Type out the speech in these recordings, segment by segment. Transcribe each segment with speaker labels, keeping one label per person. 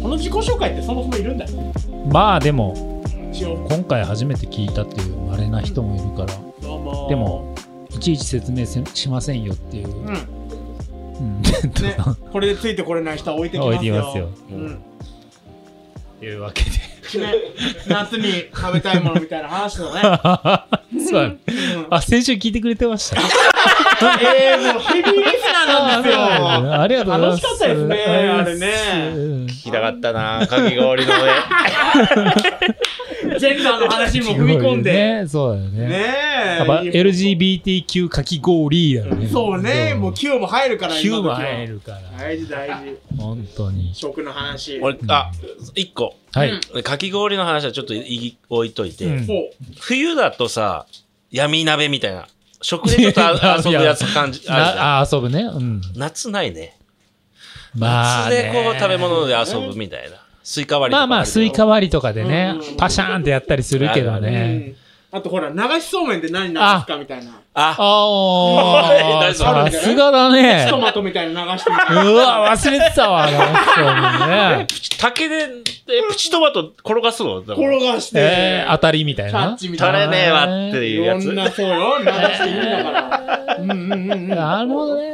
Speaker 1: この自己紹介ってそもそもいるんだよね
Speaker 2: まあでも
Speaker 1: 一応
Speaker 2: 今回初めて聞いたっていうあれな人もいるから
Speaker 1: どうも
Speaker 2: でもいちいち説明せしませんよっていう、
Speaker 1: うん
Speaker 2: う
Speaker 1: ね
Speaker 2: ん、
Speaker 1: これでついてこれない人は置いてきますよ
Speaker 2: 置いてきますよ
Speaker 1: うん
Speaker 2: というわけ で
Speaker 1: ね、夏に食べたいものみたいな話だね。
Speaker 2: そうだね
Speaker 1: うん
Speaker 2: あ先週聞いてくれてました
Speaker 1: えー、もうヘビーリスナーなんですよ。
Speaker 2: あありがとうございます
Speaker 1: 楽しかったですねあれね
Speaker 2: うん
Speaker 3: 聞きたかったなかき氷の ね
Speaker 1: ジェンダーの話にも踏み込んで。
Speaker 2: ねそうだよ
Speaker 1: ね
Speaker 2: ね
Speaker 1: え。
Speaker 2: やっぱ LGBTQ かき氷だよね
Speaker 1: そうね、もう Q も入るから、
Speaker 2: 9も
Speaker 1: も
Speaker 2: 入。るから
Speaker 1: 大事大事。
Speaker 2: 本当に
Speaker 1: 食の話。
Speaker 3: 俺あ一個
Speaker 2: はい、
Speaker 1: うん
Speaker 3: かき氷の話はちょっとい置いといて、
Speaker 2: うん
Speaker 1: ほ
Speaker 3: 冬だとさ闇鍋みたいな食でちょっ とあ遊ぶやつ感じあるじゃん
Speaker 2: なあ遊ぶねうん
Speaker 3: 夏ないね
Speaker 2: まあ
Speaker 3: 夏で
Speaker 2: ね
Speaker 3: こう食べ物で遊ぶみたいなスイカ割りと
Speaker 2: ま
Speaker 3: か
Speaker 2: あまあ、スイカ
Speaker 3: 割
Speaker 2: 割りとかでね
Speaker 1: うん、
Speaker 2: パシャーンってやったりするけど
Speaker 1: う。う
Speaker 2: ね。
Speaker 1: ん。あとほら、流しそうめんで何流すかみたいな。
Speaker 3: あ
Speaker 2: あ
Speaker 3: う
Speaker 2: あ、
Speaker 3: ん
Speaker 2: さすがだね
Speaker 1: ひ。トマトみたいな流してみた
Speaker 2: う
Speaker 1: いな。
Speaker 2: わ、忘れてたわ、なね。
Speaker 3: 竹でえプチトマト転がすのだから
Speaker 1: 転がして。
Speaker 2: えー、当たりみたい
Speaker 1: タッ
Speaker 2: な。
Speaker 1: チみたい
Speaker 3: 取
Speaker 1: な。
Speaker 3: れねえわって
Speaker 1: い
Speaker 3: いう
Speaker 1: ろ
Speaker 3: やつ
Speaker 1: んな、そうよ。流していいんだから。うんうんうんうん。
Speaker 2: なるほどね。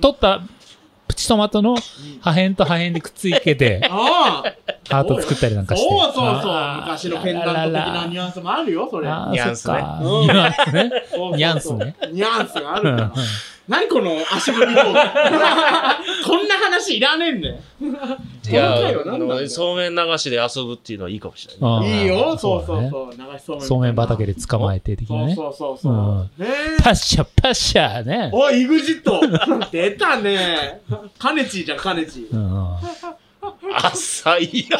Speaker 2: 取ったプチトマトの破片と破片でくっつけて、
Speaker 1: ああ
Speaker 2: ハート作ったりなんかして。
Speaker 1: そうそうそう
Speaker 2: あー
Speaker 1: 昔のペンダント的なニュアンスもあるよそれ
Speaker 2: あ
Speaker 3: ニャ
Speaker 2: ー
Speaker 3: ンス
Speaker 2: そ
Speaker 3: ね
Speaker 2: っかニャンスね。ニャンスね
Speaker 1: ニャンスがあるか
Speaker 2: うん
Speaker 1: ら何この足踏み道具 こんな話いらねえんだよ
Speaker 3: いや
Speaker 1: この回は何なんだろう
Speaker 3: そうめん流しで遊ぶっていうのはいいかもしれない、
Speaker 2: うん
Speaker 1: いいよそう
Speaker 2: だ
Speaker 1: そう
Speaker 2: ね
Speaker 1: そう流しそうめん
Speaker 2: そうめん畑
Speaker 1: で
Speaker 2: で捕まえて的
Speaker 1: そ
Speaker 2: な
Speaker 1: う
Speaker 2: ね。
Speaker 1: そうそうそうねえ
Speaker 2: パッシャパッシャね。
Speaker 1: おい EXIT 出たねカネチーじゃんカネチ
Speaker 2: う
Speaker 1: ー
Speaker 2: ん
Speaker 3: 浅いよ。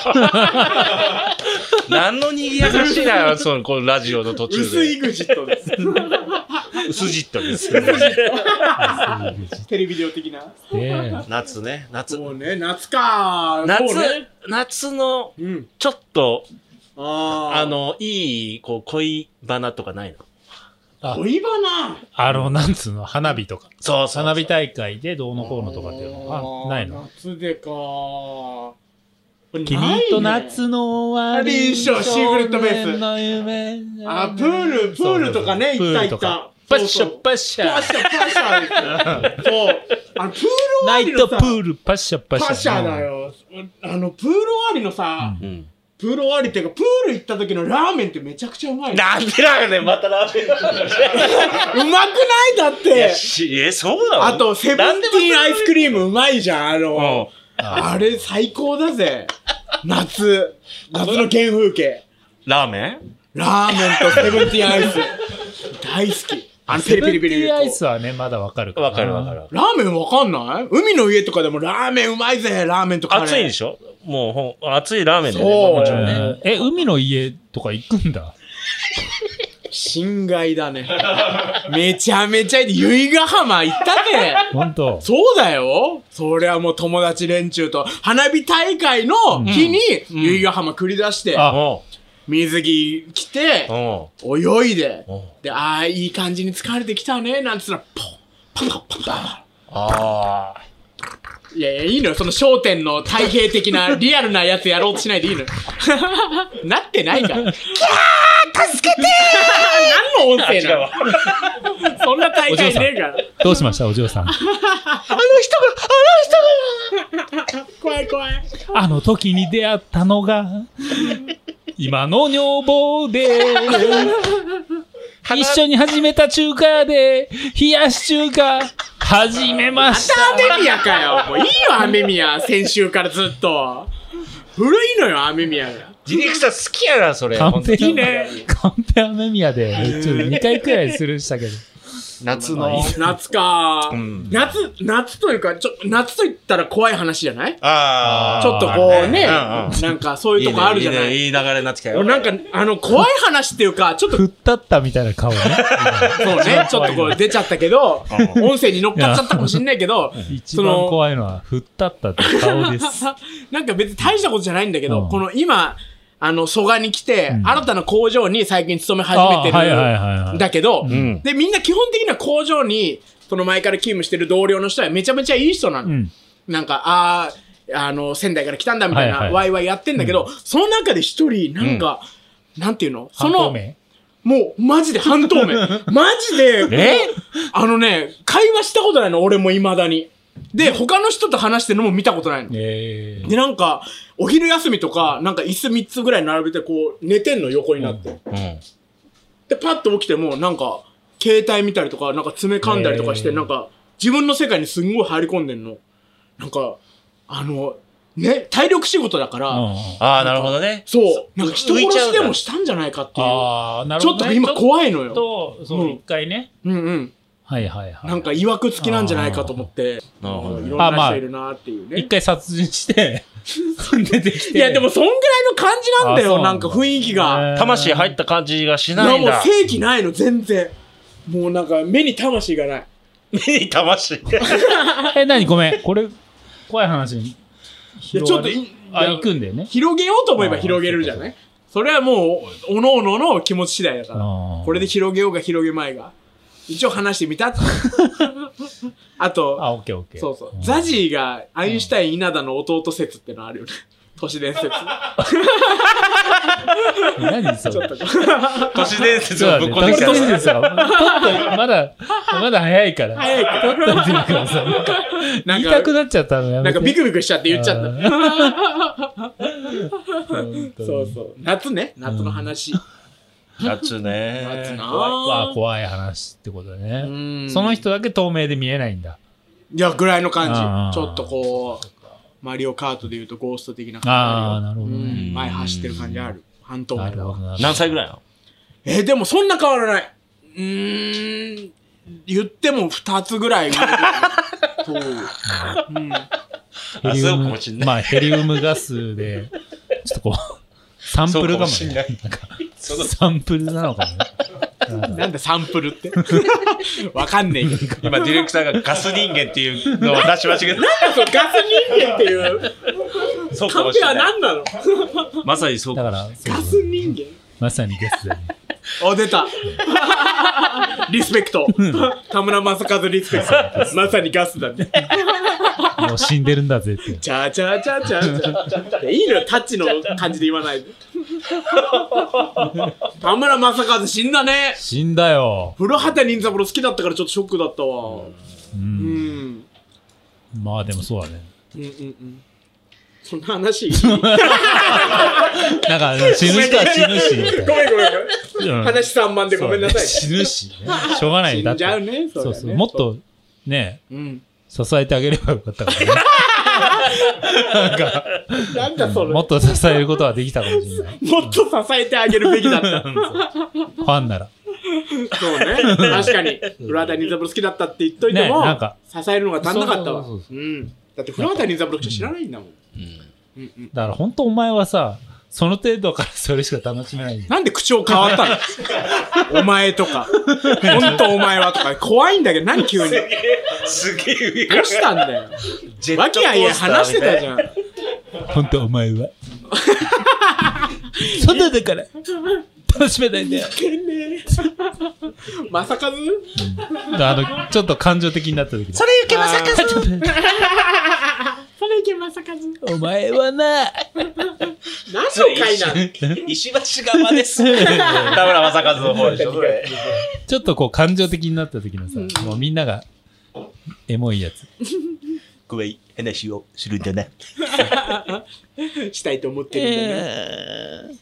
Speaker 3: 何の賑やかしだ よ、その、このラジオの途中
Speaker 1: 薄
Speaker 3: で。
Speaker 1: EXIT です
Speaker 3: 薄じっとです。
Speaker 1: テレビデオ的な
Speaker 2: で
Speaker 3: 夏ね、夏。
Speaker 1: そうね夏かそ
Speaker 3: 夏
Speaker 1: うね、
Speaker 3: 夏の、
Speaker 1: うん
Speaker 3: ちょっと、
Speaker 1: あー
Speaker 3: あの、いい、こう、恋バナとかないの
Speaker 1: 恋バナ
Speaker 2: あの、なんつうの、花火とか。
Speaker 3: そうそう。
Speaker 2: 花火大会でどうのこうのとかっていうのは、あない
Speaker 1: あ
Speaker 2: の
Speaker 1: ー。夏でか
Speaker 2: 君と夏の終
Speaker 1: な
Speaker 2: わ
Speaker 1: いね
Speaker 2: り。
Speaker 1: シーグレットベース
Speaker 2: 少年の夢
Speaker 1: あプールプールとかね
Speaker 2: そうそうそう
Speaker 1: 行った行った
Speaker 2: プールとかパッシャ
Speaker 1: パ
Speaker 2: パ
Speaker 1: ッ
Speaker 2: ッ
Speaker 1: シ
Speaker 2: シャ。
Speaker 1: ャパッシャですよそうあのプール終わ
Speaker 2: ナ
Speaker 1: り
Speaker 2: イ
Speaker 1: の
Speaker 2: ト
Speaker 1: さ
Speaker 2: プールパッシャパッシャ。
Speaker 1: パッシャだ。よあのプール終わりのさ、
Speaker 3: うん。
Speaker 1: プール終わりっていうかプール行った時のラーメンってめちゃくちゃうまいの
Speaker 3: なんでだよね、またラーメン
Speaker 1: うまくないだっ
Speaker 3: いや
Speaker 1: て
Speaker 3: しえ、そうなの
Speaker 1: あとセブンティーンアイスクリームうまいじゃんあ
Speaker 3: う
Speaker 1: の
Speaker 3: ん、
Speaker 1: あれ最高だぜ夏夏の県風景
Speaker 3: ラーメン
Speaker 1: ラーメンとセブンティーンアイス。大好き。あの、ペ
Speaker 2: セ
Speaker 1: リ
Speaker 2: ブ
Speaker 1: ペ
Speaker 2: ンテ
Speaker 1: リペリペ
Speaker 2: ィー
Speaker 1: リ
Speaker 2: アイスはね、まだわかる
Speaker 3: わかるわか。る。
Speaker 1: ラーメンわかんない海の家とかでもラーメンうまいぜラーメンとか。
Speaker 3: 暑いで
Speaker 1: し
Speaker 3: しょもうほん、暑いラーメンだよ
Speaker 1: そう
Speaker 3: ね。もち
Speaker 2: う
Speaker 3: ろんね。
Speaker 2: んえ、海の家とか行くんだ。
Speaker 1: ょ侵害だね。めちゃめちゃいい。由比ヶ浜行ったね。
Speaker 2: 本当。
Speaker 1: そうだよ。そりゃもう友達連中と花火大会の日に由比ヶ浜繰り出して、
Speaker 2: あ
Speaker 3: うん
Speaker 1: 水着着て、
Speaker 3: うん。
Speaker 1: 泳いで
Speaker 3: うん、
Speaker 1: で、ああ、いい感じに疲れてきたね、なんつったら、ポン、パンパンパンパン。
Speaker 3: ああ。
Speaker 1: いやいや、いいのよ。その焦点の体系的 な、リアルなやつやろうとしないでいいのよ。 なってないから。キャー助けてー 何の音声なのそんな大会ねえから。
Speaker 2: どうしましたお嬢さん。
Speaker 1: 怖い怖い。
Speaker 2: あの時に出会ったのが、今の女房で、一緒に始めた中華で、冷やし中華、始めまし
Speaker 1: アメミヤかよ。もういいよ、アメミヤ。先週からずっと。古いのよ、アメミヤが。
Speaker 3: ディレクター好きやな、それ。
Speaker 2: た。カン
Speaker 3: 本
Speaker 2: ペ、
Speaker 3: 当に
Speaker 2: カンペアメミヤで、ちょっと2回くらいするしたけど。
Speaker 3: 夏の。
Speaker 1: 夏か、
Speaker 3: うん
Speaker 1: 夏、夏というか、ちょ、夏と言ったら怖い話じゃない
Speaker 3: ああ。
Speaker 1: ちょっとこうね、
Speaker 3: うんうん
Speaker 1: なんかそういうとこあるじゃない。
Speaker 3: いねいいねいい流れになってきたよ。
Speaker 1: 俺なんか、あの、怖い話っていうか、 ちょっと、
Speaker 2: 振ったったみたいな顔ね。
Speaker 1: そうね、ちょっとこう出ちゃったけど、音声に乗っかっちゃったかもしれないけど、
Speaker 2: 一番怖いのは、振ったったって顔です。
Speaker 1: なんか別に大したことじゃないんだけど、
Speaker 2: うん
Speaker 1: この今、あの、蘇我に来て、
Speaker 2: ん
Speaker 1: 新たな工場に最近勤め始めて
Speaker 2: あはいはいはいは
Speaker 1: る
Speaker 2: い
Speaker 1: んだけど
Speaker 3: ん、
Speaker 1: で、みんな基本的には工場に、その前から勤務してる同僚の人はめちゃめちゃいい人なの。
Speaker 2: うん。
Speaker 1: なんか、あーあの、仙台から来たんだみたいな、
Speaker 2: はいはい
Speaker 1: ワイワイやってんだけど、その中で一人、なんか、なんていうのそ
Speaker 2: 半透
Speaker 1: の、
Speaker 2: 明
Speaker 1: もう、マジで半透明。マジで、
Speaker 3: え
Speaker 1: あのね、会話したことないの、俺も未だに。で、他の人と話してるのも見たことないの。
Speaker 2: えー
Speaker 1: で、なんか、お昼休みとか、なんか椅子3つぐらい並べて、こう、寝てんの、横になって。
Speaker 3: うん。
Speaker 1: で、パッと起きても、なんか、携帯見たりとか、なんか爪噛んだりとかして、
Speaker 2: へー
Speaker 1: なんか、自分の世界にすんごい入り込んでんの。なんか、あの、ね、体力仕事だから、
Speaker 2: うんうん
Speaker 3: ああ、なるほどね。
Speaker 1: そう、なんか人
Speaker 3: 浮い
Speaker 1: 殺
Speaker 3: ちゃう
Speaker 1: し
Speaker 3: んだ
Speaker 1: でもしたんじゃないかっていう。
Speaker 2: ああ、なる
Speaker 1: ち
Speaker 2: ほ
Speaker 1: ょっ
Speaker 2: ど
Speaker 1: と
Speaker 2: ね。
Speaker 1: 今怖いの
Speaker 2: ちょっ
Speaker 1: よ。
Speaker 2: と、
Speaker 1: う
Speaker 2: そ
Speaker 1: ん
Speaker 2: う、一回ね。
Speaker 1: うんうん。
Speaker 2: はいはいはい。
Speaker 1: なんか、曰く付きなんじゃないかと思って、
Speaker 3: なるほど
Speaker 1: い
Speaker 3: ね。
Speaker 1: ろんな人いるなっていうね。
Speaker 2: 一回殺人して、 出てきて。
Speaker 1: いや、でも、そんぐらいの感じなんだ
Speaker 2: あそう
Speaker 1: よ、
Speaker 2: なん
Speaker 1: な
Speaker 2: だ
Speaker 1: んか雰囲気が。
Speaker 3: 魂入った感じがし
Speaker 1: い
Speaker 3: な
Speaker 1: や、
Speaker 3: いん
Speaker 1: もう
Speaker 3: だ。
Speaker 1: 正気ないの、全然。もうなんか、目に魂がない。
Speaker 3: 目に 魂。
Speaker 2: え、なにごめん。これ、怖い話に。
Speaker 1: いや、ちょっとい、い
Speaker 2: あ、
Speaker 1: や
Speaker 2: 行くんだよね。
Speaker 1: 広げようと思えば広げるじゃないそれはもう、おのおのの気持ち次第だから。
Speaker 2: あー
Speaker 1: これで広げようが広げまいが。一応話してみ たって。あと、
Speaker 2: あ、オッケーオッケー。
Speaker 1: そうそう
Speaker 2: う。ん
Speaker 1: ザジーがアインシュタイン稲田の弟説ってのあるよね。都市伝 説。
Speaker 2: 何それ。
Speaker 1: ちょっと。
Speaker 3: 都市伝説
Speaker 2: そう
Speaker 3: を
Speaker 2: だ
Speaker 3: ぶっ
Speaker 2: ね。
Speaker 3: こんできた
Speaker 2: 年齢ですよちょっと、まだ、まだ早いから。
Speaker 1: 早いから
Speaker 2: ちょっと見てください。
Speaker 1: な
Speaker 2: 言
Speaker 1: ん
Speaker 2: いたく
Speaker 1: か、
Speaker 2: なっちゃったのや
Speaker 1: な
Speaker 2: め
Speaker 1: ん
Speaker 2: て。
Speaker 1: かビクビクしちゃって言っちゃった。
Speaker 2: た
Speaker 1: そうそう。夏ね。夏の話。
Speaker 3: 夏ね。
Speaker 1: 夏な
Speaker 2: 怖い
Speaker 1: ぁ。
Speaker 2: 怖い話ってことだ
Speaker 1: う
Speaker 2: ね。
Speaker 1: ん
Speaker 2: その人だけ透明で見えないんだ。
Speaker 1: いや、ぐらいの
Speaker 2: あ
Speaker 1: 感
Speaker 2: ー
Speaker 1: じ。ちょっとこう、マリオカートで言うとゴースト的な
Speaker 2: ああ、
Speaker 1: 感
Speaker 2: なるほ
Speaker 1: じ
Speaker 2: ど
Speaker 1: あるよ。う
Speaker 2: ね。
Speaker 1: ん前走ってる感じある。半透
Speaker 2: な
Speaker 1: 明
Speaker 2: る
Speaker 1: だ
Speaker 2: ほど
Speaker 1: わ。
Speaker 2: なるほど。
Speaker 3: 何歳ぐらいなの
Speaker 1: えー、でもそんな変わらない。うーん。言っても2つぐらい上。 そう。うん。
Speaker 2: ヘリ
Speaker 3: あ
Speaker 2: ウ
Speaker 3: そうか
Speaker 2: ム
Speaker 3: もしんない
Speaker 2: まあ、ヘリウムガスで、ちょっとこう、サンプルかも
Speaker 3: そう
Speaker 2: ね。
Speaker 3: かもし
Speaker 2: なんかサンプルなのかもね。
Speaker 1: なんでサンプルって。 わかんねえけど。
Speaker 3: 今、ディレクターがガス人間っていうのを出しましたけど、
Speaker 1: そうガス人間っていう
Speaker 3: そう
Speaker 1: カ
Speaker 3: か
Speaker 1: ン
Speaker 3: も
Speaker 1: ペ
Speaker 3: し
Speaker 1: は
Speaker 3: れない。
Speaker 1: 何なの
Speaker 3: まさにそう
Speaker 2: だ
Speaker 3: か。
Speaker 2: から、そう
Speaker 1: ガス人間
Speaker 2: まさにゲスだね。
Speaker 1: お、出た。リスペクト。田村正和リスペクト。まさにガスだね。
Speaker 2: もう死んでるんだぜって。
Speaker 1: チャチャチャチャチャチャ。いやいいのよ、タッチの感じで言わないで。田村正和死んだね。
Speaker 2: 死んだよ。
Speaker 1: 古畑任三郎好きだったからちょっとショックだったわ。
Speaker 2: う。
Speaker 1: うんん。
Speaker 2: まあでもそうだね。
Speaker 1: うんうんうん。そんな 話
Speaker 2: なんかあの、死ぬ人は死ぬしみたい
Speaker 1: ごめんご
Speaker 2: な
Speaker 1: めんごめ。
Speaker 2: うんん。
Speaker 1: 話散漫 でごめんなさい。
Speaker 2: そうね死ぬしね。しょうがない
Speaker 1: 死
Speaker 2: よだっ
Speaker 1: ん
Speaker 2: て
Speaker 1: じゃうね、
Speaker 2: そう
Speaker 1: だ
Speaker 2: そう。
Speaker 1: ね
Speaker 2: もっ。と、ね、
Speaker 1: うん。
Speaker 2: 支えてあげればよかったからね。
Speaker 1: なんかそれ。
Speaker 2: もっと支えることはできたかもしれない。
Speaker 1: もっと支えてあげるべきだ った。
Speaker 2: ファンなら。
Speaker 1: そうね。確かに。古畑任三郎好きだったって言っといて
Speaker 2: ね
Speaker 1: も、
Speaker 2: なんか
Speaker 1: 支えるのが足んなかったわ。
Speaker 2: そうそうそう
Speaker 1: うん。だって古畑任三郎しか知らないんだもん。うんうん
Speaker 2: だから本当お前はさ、その程度からそれしか楽しめないんだよ。
Speaker 1: なんで口調変わったの お前とか。ほんとお前はとか。怖いんだけど、何急に。ど
Speaker 3: すげえ上
Speaker 1: うしたんだよ。
Speaker 3: ジェ
Speaker 1: わ
Speaker 3: ッ
Speaker 1: き
Speaker 3: トコ
Speaker 1: あい
Speaker 3: ー
Speaker 1: あい
Speaker 3: スター
Speaker 1: 話して
Speaker 3: みたい
Speaker 1: た
Speaker 3: な
Speaker 1: じゃん。
Speaker 2: 本当お前は。外だから、楽しめないんだよ。
Speaker 1: てんねえ。まさかず
Speaker 2: あの、ちょっと感情的になった時に。
Speaker 3: それ行けまさか
Speaker 2: ちょっ
Speaker 1: それいけまさかず。
Speaker 2: とお前はな、
Speaker 1: 何の回なの
Speaker 3: 石橋側です。田村正和の方でしょ、それ。
Speaker 2: ちょっとこう感情的になった時のさ、もうみんなが、エモいやつ。
Speaker 3: 怖い話をするんだね。
Speaker 1: したいと思ってるんだよね。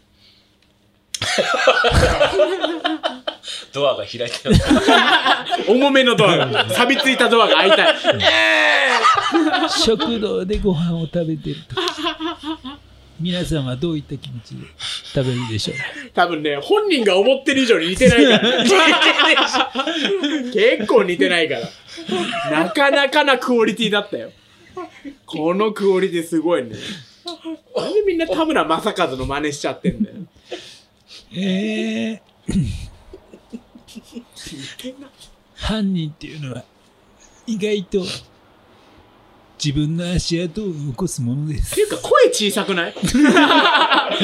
Speaker 3: ドアが開いてる。
Speaker 1: 重めのドアが、錆びついたドアが開いたい。
Speaker 2: 食堂でご飯を食べてる皆さんはどういった気持ちで食べるでしょう
Speaker 1: 多分ね、本人が思ってる以上に似てないから。結構似てないから。なかなかなクオリティだったよ。このクオリティすごいね。なんでみんな田村正和の真似しちゃってんだよ。
Speaker 2: ええ犯人っていうのは意外と自分の足跡を残すもので
Speaker 1: っ
Speaker 2: す
Speaker 1: ていうか声小さくない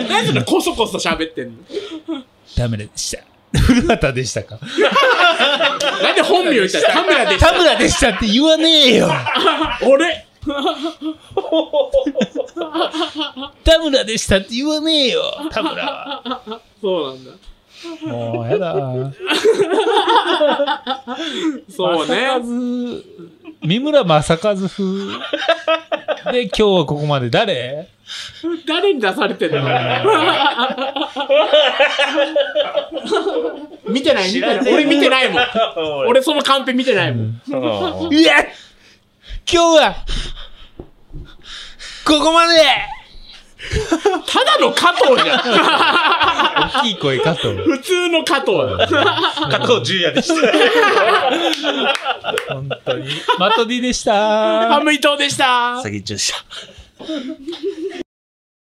Speaker 1: 何そのコソコソ喋ってんの
Speaker 2: ダメでした古畑でしたか
Speaker 1: なんで本名言ったら田村でし
Speaker 2: 田村でしたって言わねえよ
Speaker 1: た俺
Speaker 2: 田村でしたって言わねえよ田村は
Speaker 1: そうなんだ。
Speaker 2: もうやだ
Speaker 1: そうね。
Speaker 2: 正和三村正和風で今日はここまで誰
Speaker 1: 誰に出されてんの 見てない見てない。俺見てない もん。俺そのカンペ見てないもん。
Speaker 3: うん
Speaker 2: いや今日はここまで
Speaker 1: ただの加藤じゃん。
Speaker 2: 大きい声かと思う
Speaker 1: 普通の加藤だ。
Speaker 3: 加藤純也でした。
Speaker 2: 本当にマトディでした
Speaker 1: ハム伊藤でした。
Speaker 3: 詐欺中でした。